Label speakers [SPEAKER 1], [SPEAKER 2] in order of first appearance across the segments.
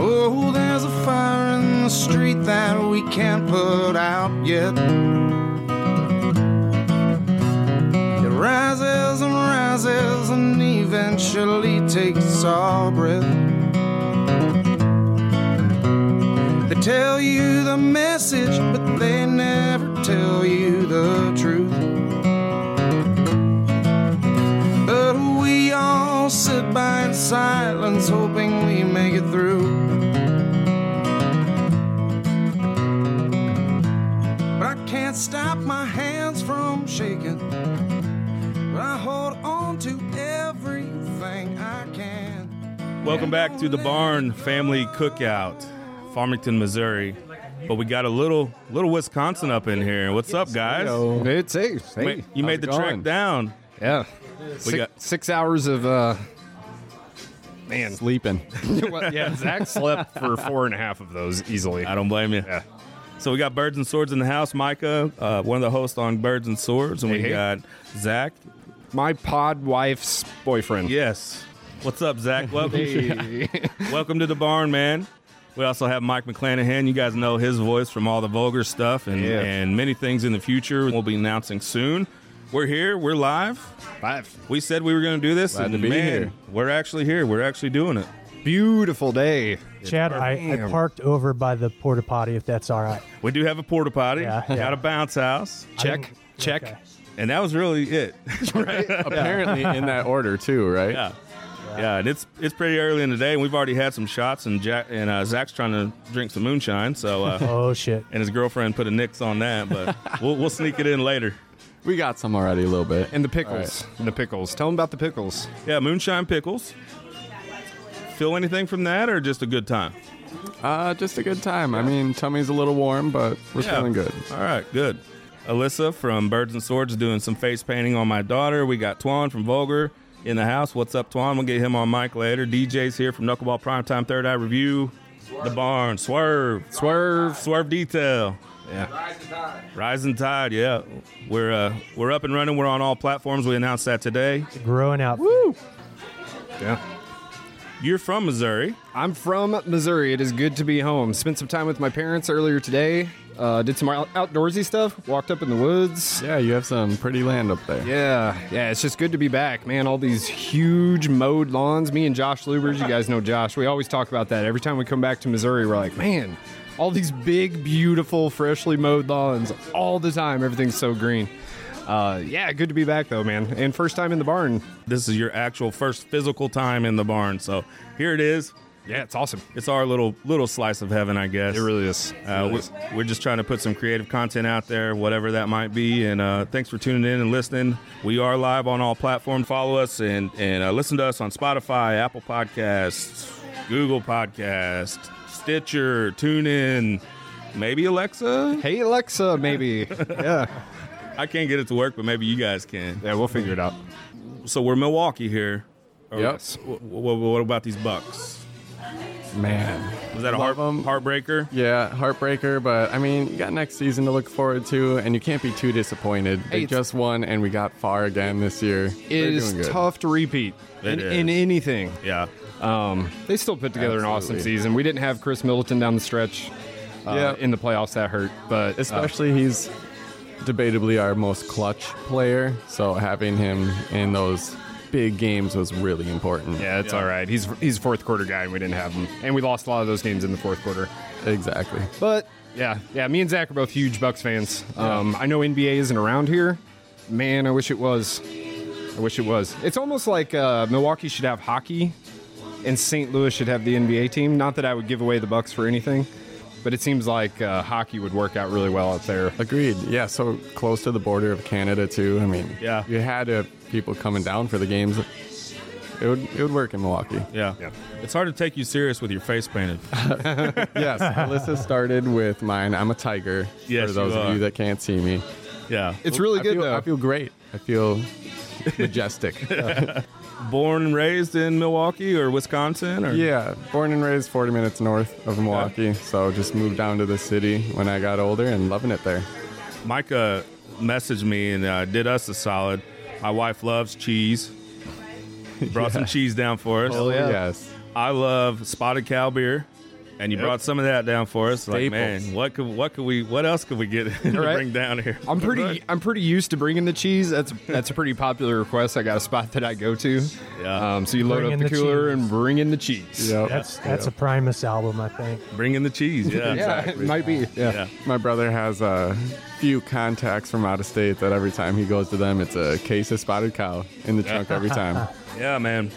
[SPEAKER 1] Oh, there's a fire in the street that we can't put out yet. It rises and rises and eventually takes our breath. They tell you the message, but they never tell you the truth. But we all sit by in silence, hoping we make it through. But I can't stop my hands from shaking. But I hold on to everything I can.
[SPEAKER 2] Welcome back to the Barn Family Cookout, Farmington, Missouri. But we got a little little Wisconsin up in here. What's up, guys?
[SPEAKER 3] So it's hey, hey,
[SPEAKER 2] Ma- you
[SPEAKER 3] how's
[SPEAKER 2] made
[SPEAKER 3] it
[SPEAKER 2] the
[SPEAKER 3] going?
[SPEAKER 2] trek down.
[SPEAKER 3] Yeah, six,
[SPEAKER 2] got-
[SPEAKER 3] six hours of uh, man sleeping. Well, yeah, Zach slept for four and a half of those easily.
[SPEAKER 2] I don't blame you.
[SPEAKER 3] Yeah.
[SPEAKER 2] So we got Birds and Swords in the house. Micah, uh, one of the hosts on Birds and Swords, and we
[SPEAKER 3] Hey, hey.
[SPEAKER 2] got Zach.
[SPEAKER 3] My pod wife's boyfriend.
[SPEAKER 2] Yes. What's up, Zach? Welcome.
[SPEAKER 3] Hey.
[SPEAKER 2] Welcome to the barn, man. We also have Mike McClanahan. You guys know his voice from all the vulgar stuff and,
[SPEAKER 3] Yeah.
[SPEAKER 2] and many things in the future we'll be announcing soon. We're here. We're live.
[SPEAKER 3] Five.
[SPEAKER 2] We said we were going to do this,
[SPEAKER 3] Glad
[SPEAKER 2] and
[SPEAKER 3] to be
[SPEAKER 2] man,
[SPEAKER 3] here.
[SPEAKER 2] we're actually here. We're actually doing it.
[SPEAKER 3] Beautiful day.
[SPEAKER 4] Chad, I, I
[SPEAKER 3] Damn.
[SPEAKER 4] parked over by the porta potty, if that's all right.
[SPEAKER 2] We do have a porta potty,
[SPEAKER 4] Yeah, yeah.
[SPEAKER 2] got a bounce house,
[SPEAKER 3] Check. Check.
[SPEAKER 4] Okay.
[SPEAKER 2] and that was really it.
[SPEAKER 3] Apparently in that order too, right?
[SPEAKER 2] Yeah. Yeah, and it's it's pretty early in the day, and we've already had some shots, and Jack and uh, Zach's trying to drink some moonshine. So, uh,
[SPEAKER 4] Oh shit!
[SPEAKER 2] and his girlfriend put a nix on that, but we'll, we'll sneak it in later.
[SPEAKER 5] We got some already a little bit.
[SPEAKER 3] And the pickles. And the pickles. Tell them about the pickles.
[SPEAKER 2] Yeah, moonshine pickles. Feel anything from that, or just a good time?
[SPEAKER 5] Uh, just a good time. I mean, tummy's a little warm, but we're
[SPEAKER 2] Yeah.
[SPEAKER 5] feeling good.
[SPEAKER 2] All right, good. Alyssa from Birds and Swords doing some face painting on my daughter. We got Twan from Vulgar in the house. What's up, Twan? We'll get him on mic later. DJ's here from Knuckleball Primetime Third Eye Review. The Barn, Swerve,
[SPEAKER 3] Swerve.
[SPEAKER 2] Swerve Detail. Rising Tide, yeah. We're uh, we're up and running. We're on all platforms. We announced that today.
[SPEAKER 4] Growing out.
[SPEAKER 3] Yeah.
[SPEAKER 2] You're from Missouri.
[SPEAKER 3] I'm from Missouri. It is good to be home. Spent some time with my parents earlier today. Uh, did some out- outdoorsy stuff. Walked up in the woods.
[SPEAKER 5] Yeah, you have some pretty land up there.
[SPEAKER 3] Yeah, yeah. It's just good to be back, man. All these huge mowed lawns. Me and Josh Lubers. You guys know Josh. We always talk about that. Every time we come back to Missouri, we're like, man, all these big, beautiful, freshly mowed lawns all the time. Everything's so green. Uh, yeah, good to be back though, man. And first time in the barn.
[SPEAKER 2] This is your actual first physical time in the barn. So here it is.
[SPEAKER 3] Yeah, it's awesome.
[SPEAKER 2] It's our little little slice of heaven, I guess.
[SPEAKER 3] It really is.
[SPEAKER 2] Uh, we're, we're just trying to put some creative content out there, whatever that might be. And uh, thanks for tuning in and listening. We are live on all platforms. Follow us and and uh, listen to us on Spotify, Apple Podcasts, Google Podcast, Stitcher, TuneIn, maybe Alexa.
[SPEAKER 3] Hey Alexa, maybe. yeah.
[SPEAKER 2] I can't get it to work, but maybe you guys can.
[SPEAKER 3] Yeah, we'll figure it out.
[SPEAKER 2] So we're Milwaukee here. Or-
[SPEAKER 5] Yep.
[SPEAKER 2] wh- wh- what about these Bucks?
[SPEAKER 5] Man.
[SPEAKER 2] Was that a heart,
[SPEAKER 5] Love 'em.
[SPEAKER 2] heartbreaker?
[SPEAKER 5] Yeah, heartbreaker, but I mean, you got next season to look forward to, and you can't be too disappointed.
[SPEAKER 3] Hey,
[SPEAKER 5] they
[SPEAKER 3] it's-
[SPEAKER 5] just won, and we got far again this year. They're
[SPEAKER 3] It is
[SPEAKER 5] doing good.
[SPEAKER 3] tough to repeat
[SPEAKER 2] It
[SPEAKER 3] in, in
[SPEAKER 2] is.
[SPEAKER 3] anything.
[SPEAKER 2] Yeah.
[SPEAKER 3] Um, they still put together an awesome
[SPEAKER 5] Absolutely.
[SPEAKER 3] season. We didn't have Chris Middleton down the stretch. Uh,
[SPEAKER 5] Yeah.
[SPEAKER 3] in the playoffs that hurt, but uh,
[SPEAKER 5] Especially he's debatably our most clutch player, so having him in those big games was really important.
[SPEAKER 3] yeah, it's all right. He's he's a fourth quarter guy, and we didn't have him, and we lost a lot of those games in the fourth quarter.
[SPEAKER 5] Exactly.
[SPEAKER 3] But yeah, yeah, me and Zach are both huge Bucks fans. Um, I know NBA isn't around here. Man, I wish it was. I wish it was. It's almost like uh, Milwaukee should have hockey, and St. Louis should have the NBA team. Not that I would give away the Bucks for anything, but it seems like uh, hockey would work out really well out there.
[SPEAKER 5] Agreed. Yeah, so close to the border of Canada too. I mean,
[SPEAKER 2] Yeah.
[SPEAKER 5] you had uh, people coming down for the games. It would it would work in Milwaukee.
[SPEAKER 2] Yeah. It's hard to take you serious with your face painted.
[SPEAKER 5] yes, Alyssa started with mine. I'm a tiger.
[SPEAKER 2] Yes,
[SPEAKER 5] for those
[SPEAKER 2] you
[SPEAKER 5] of
[SPEAKER 2] are.
[SPEAKER 5] you that can't see me,
[SPEAKER 2] Yeah.
[SPEAKER 3] It's really
[SPEAKER 5] I
[SPEAKER 3] good
[SPEAKER 5] feel,
[SPEAKER 3] though.
[SPEAKER 5] I feel great. I feel majestic.
[SPEAKER 2] born and raised in Milwaukee or Wisconsin? Or?
[SPEAKER 5] Yeah, born and raised 40 minutes north of Milwaukee, so just moved down to the city when I got older and loving it there.
[SPEAKER 2] Micah messaged me and uh, did us a solid. My wife loves cheese. Brought some cheese down for us.
[SPEAKER 5] Oh, yeah. Yes.
[SPEAKER 2] I love spotted cow beer, and you brought some of that down for us. Like,
[SPEAKER 5] Staples.
[SPEAKER 2] man, what could what could we what else could we get to
[SPEAKER 3] Right.
[SPEAKER 2] bring down here?
[SPEAKER 3] I'm pretty. I'm pretty used to bringing the cheese. That's that's a pretty popular request. I got a spot that I go to.
[SPEAKER 2] Yeah.
[SPEAKER 3] Um, so you load
[SPEAKER 4] Bring
[SPEAKER 3] up
[SPEAKER 4] in
[SPEAKER 3] the
[SPEAKER 4] the
[SPEAKER 3] cooler
[SPEAKER 4] cheese.
[SPEAKER 3] and bring in the cheese.
[SPEAKER 5] Yep.
[SPEAKER 4] That's that's a Primus album, I think.
[SPEAKER 2] Bringing the cheese. Yeah,
[SPEAKER 3] Yeah,
[SPEAKER 2] exactly.
[SPEAKER 3] it might be. Yeah.
[SPEAKER 2] yeah.
[SPEAKER 5] My brother has a few contacts from out of state that every time he goes to them, it's a case of spotted cow in the trunk every time.
[SPEAKER 2] Yeah, man.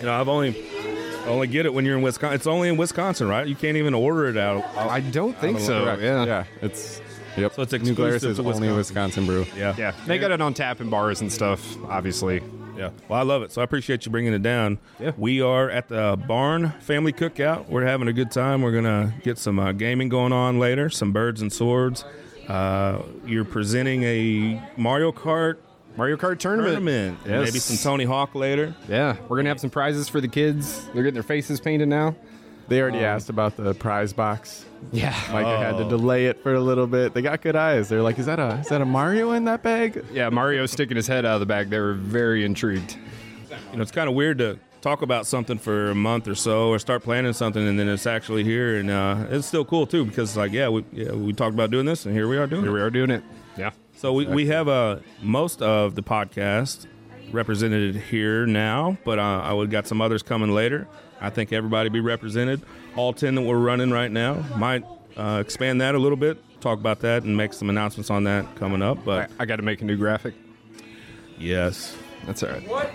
[SPEAKER 2] You know, I've only I only get it when you're in Wisconsin. It's only in Wisconsin, right? You can't even order it out.
[SPEAKER 3] I don't think so.
[SPEAKER 5] Correct.
[SPEAKER 3] Yeah.
[SPEAKER 5] yeah, it's yep. So
[SPEAKER 2] it's
[SPEAKER 5] New Glarus
[SPEAKER 2] exclusive
[SPEAKER 5] is
[SPEAKER 2] to
[SPEAKER 5] only Wisconsin brew.
[SPEAKER 2] Yeah,
[SPEAKER 3] Yeah. They got it on tap in bars and stuff. Obviously.
[SPEAKER 2] yeah. Well, I love it. So I appreciate you bringing it down.
[SPEAKER 3] Yeah.
[SPEAKER 2] We are at the barn family cookout. We're having a good time. We're gonna get some uh, gaming going on later. Some birds and swords. Uh, you're presenting a Mario Kart
[SPEAKER 3] Mario Kart tournament.
[SPEAKER 2] tournament. and
[SPEAKER 3] Yes.
[SPEAKER 2] Maybe some Tony Hawk later.
[SPEAKER 3] Yeah. We're gonna have some prizes for the kids. They're getting their faces painted now.
[SPEAKER 5] They already
[SPEAKER 2] Oh.
[SPEAKER 5] asked about the prize box.
[SPEAKER 3] Yeah.
[SPEAKER 5] Micah had to delay it for a little bit. They got good eyes. They're like, "Is that a is that a Mario in that bag?"
[SPEAKER 3] Yeah. Mario's sticking his head out of the bag. They were very intrigued.
[SPEAKER 2] You know, it's kind of weird to talk about something for a month or so, or start planning something, and then it's actually here, and uh, it's still cool too because it's like, yeah, we yeah, we talked about doing this, and here we are doing
[SPEAKER 3] Here
[SPEAKER 2] it.
[SPEAKER 3] we are doing it. Yeah.
[SPEAKER 2] So we, we have uh, most of the podcast represented here now, but uh, I would got some others coming later. I think everybody be represented. All ten that we're running right now might uh, expand that a little bit, talk about that, and make some announcements on that coming up.
[SPEAKER 3] I,
[SPEAKER 2] But
[SPEAKER 3] I got to make a new graphic.
[SPEAKER 2] yes,
[SPEAKER 3] That's all right.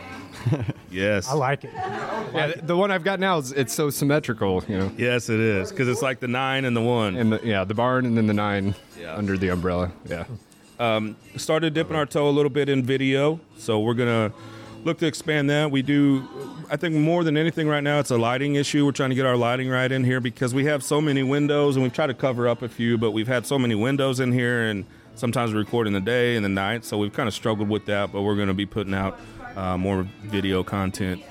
[SPEAKER 2] yes,
[SPEAKER 4] I like it.
[SPEAKER 3] Yeah, th- the one I've got now is it's so symmetrical, you know.
[SPEAKER 2] yes, it is because it's like the nine and the one.
[SPEAKER 3] And the, yeah, the barn and then the nine under the umbrella. Yeah.
[SPEAKER 2] started dipping our toe a little bit in video, so we're gonna look to expand that. We do, I think, more than anything right now, it's a lighting issue. We're trying to get our lighting right in here because we have so many windows, and we've tried to cover up a few, but we've had so many windows in here, and sometimes we record in the day and the night, so we've kind of struggled with that. But we're gonna be putting out uh, more video content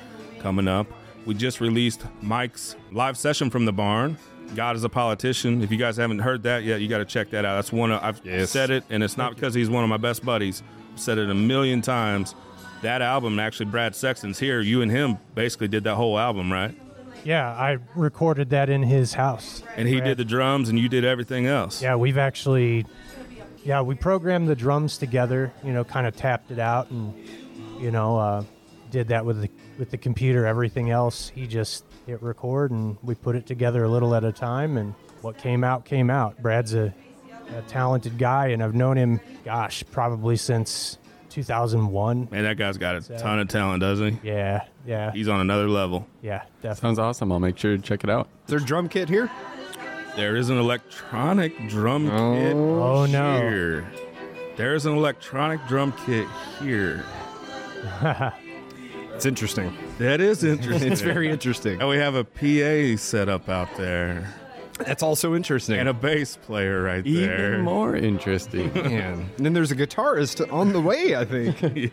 [SPEAKER 2] coming up. We just released Mike's live session from the barn. God is a politician. If you guys haven't heard that yet, you got to check that out. That's one of, I've
[SPEAKER 3] Yes.
[SPEAKER 2] said it, and it's not because he's one of my best buddies. I've said it a million times. That album, actually, Brad Sexton's here. You and him basically did that whole album, right?
[SPEAKER 4] Yeah, I recorded that in his house.
[SPEAKER 2] And he
[SPEAKER 4] Brad.
[SPEAKER 2] did the drums, and you did everything else.
[SPEAKER 4] Yeah, we've actually, yeah, we programmed the drums together. You know, kind of tapped it out, and you know, uh, did that with the with the computer. Everything else, he just hit record, and we put it together a little at a time. And what came out came out. Brad's a, a talented guy, and I've known him, gosh, probably since 2001.
[SPEAKER 2] Man, that guy's got a ton of talent, doesn't he?
[SPEAKER 4] Yeah, yeah,
[SPEAKER 2] He's on another level.
[SPEAKER 4] yeah, definitely.
[SPEAKER 5] Sounds awesome. I'll make sure to check it out.
[SPEAKER 3] Is there a drum kit here?
[SPEAKER 2] There is an electronic drum kit
[SPEAKER 4] Oh, no.
[SPEAKER 2] here. There's an electronic drum kit here.
[SPEAKER 3] It's interesting.
[SPEAKER 2] That is interesting.
[SPEAKER 3] It's very interesting.
[SPEAKER 2] And we have a PA set up out there
[SPEAKER 3] That's also interesting.
[SPEAKER 2] and a bass player right there.
[SPEAKER 5] Even more interesting.
[SPEAKER 3] man. And then there's a guitarist on the way, I think.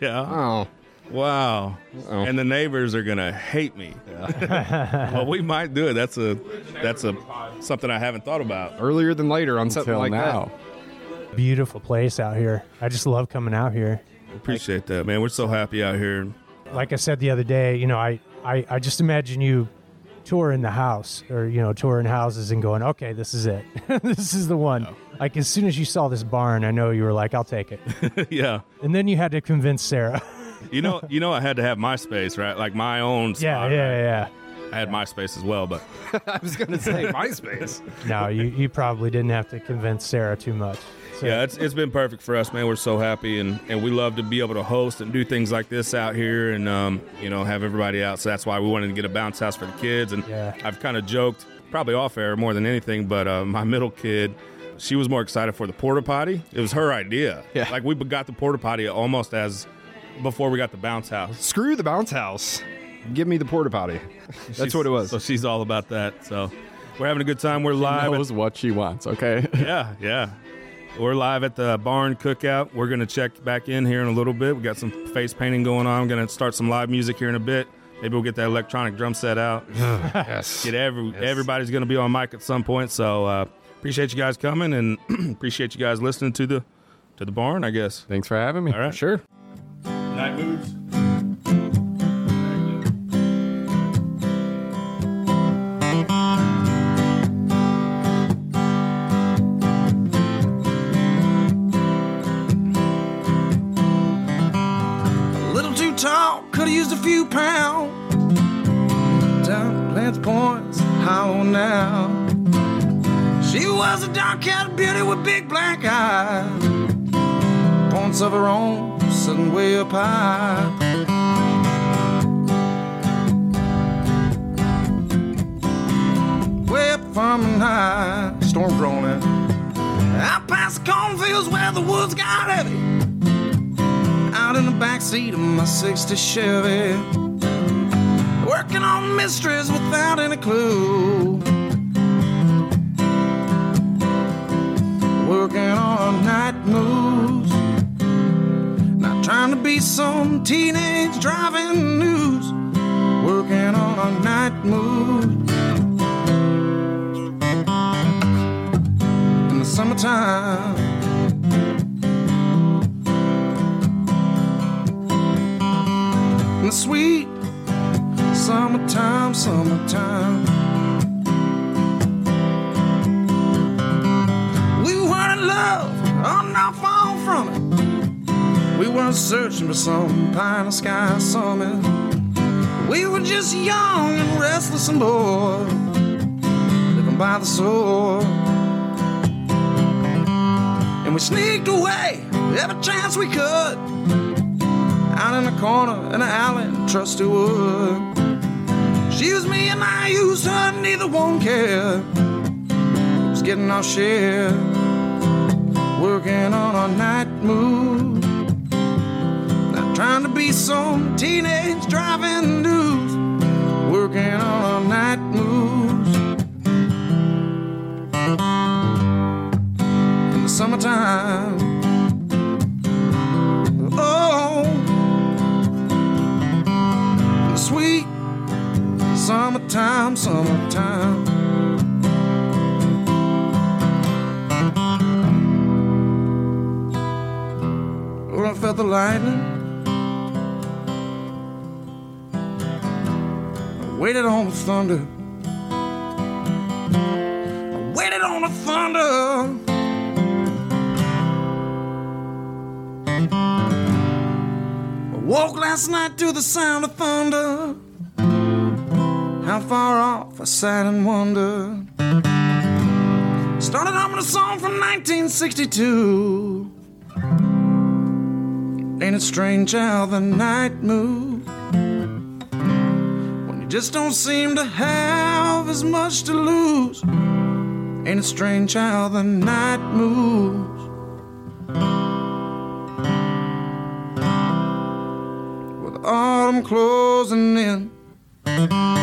[SPEAKER 2] Yeah.
[SPEAKER 3] oh.
[SPEAKER 2] Wow. And the neighbors are gonna hate me. but we might do it. That's a that's a something I haven't thought about.
[SPEAKER 3] Earlier than later on something
[SPEAKER 5] Till
[SPEAKER 3] like
[SPEAKER 5] now.
[SPEAKER 4] Beautiful place out here. I just love coming out here.
[SPEAKER 2] Appreciate that, man. We're so happy out here.
[SPEAKER 4] like I said the other day, you know, I, I, I just imagine you touring the house or, you know, touring houses and going, okay, this is it. this is the one. Like, as soon as you saw this barn, I know you were like, I'll take it.
[SPEAKER 2] yeah.
[SPEAKER 4] and then you had to convince Sarah.
[SPEAKER 2] You know you know I had to have my space, right? Like my own
[SPEAKER 4] yeah,
[SPEAKER 2] spot, right?
[SPEAKER 4] yeah,
[SPEAKER 2] I had my space as well, but
[SPEAKER 3] that. I was going to say MySpace.
[SPEAKER 4] yeah. No, you, you probably didn't have to convince Sarah too much. So,
[SPEAKER 2] Yeah, it's, it's been perfect for us, man. We're so happy, and, and we love to be able to host and do things like this out here, and um, you know, have everybody out. So that's why we wanted to get a bounce house for the kids. And
[SPEAKER 4] Yeah.
[SPEAKER 2] I've kind of joked, probably off air more than anything, but uh, my middle kid, she was more excited for the porta potty. It was her idea.
[SPEAKER 5] Yeah.
[SPEAKER 2] like we got the porta potty almost as before we got the bounce house.
[SPEAKER 3] Screw the bounce house. Give me the porta potty. That's
[SPEAKER 2] She's-
[SPEAKER 3] what it was.
[SPEAKER 2] So she's all about that. So we're having a good time. We're live.
[SPEAKER 5] Knows what she wants. Okay.
[SPEAKER 2] yeah, yeah. We're live at the barn cookout. We're going to check back in here in a little bit. We got some face painting going on. I'm going to start some live music here in a bit. Maybe we'll get that electronic drum set out.
[SPEAKER 3] Yes.
[SPEAKER 2] Get every everybody's going to be on mic at some point. So uh, appreciate you guys coming and appreciate you guys listening to the to the barn. I guess.
[SPEAKER 5] Thanks for having me.
[SPEAKER 2] All right.
[SPEAKER 3] Sure.
[SPEAKER 2] Night moves.
[SPEAKER 1] A little too tall, could've used a few pounds. Down Lance Point's how now. She was a dark-haired beauty with big black eyes, points of her own, sitting way up high. Way up from and high, storm rolling. I passed the cornfields where the woods got heavy out in the backseat of my 60 Chevy. Working on mysteries without any clue. Working on night moves. Not trying to be some teenage driving news. Working on a night move. In the summertime. in the sweet summertime, summertime. We were in love, I'm not far from it. We weren't searching for some pie in the sky summit. We were just young and restless and bored, living by the sword. And we sneaked away every chance we could out in the corner in the alley and trust her would. She used me and I used her, neither one cared. Was getting our share, working on our night move. Not trying to be some teenage driving dudes, working on our night moves. In the summertime, oh the sweet summertime, summertime. Well, I felt the lightning. I waited on the thunder. I waited on the thunder. I woke last night to the sound of thunder. How far off I sat and wondered. Started humming a song from 1962. Ain't it strange how the night moves when you just don't seem to have as much to lose? Ain't it strange how the night moves? With autumn closing in,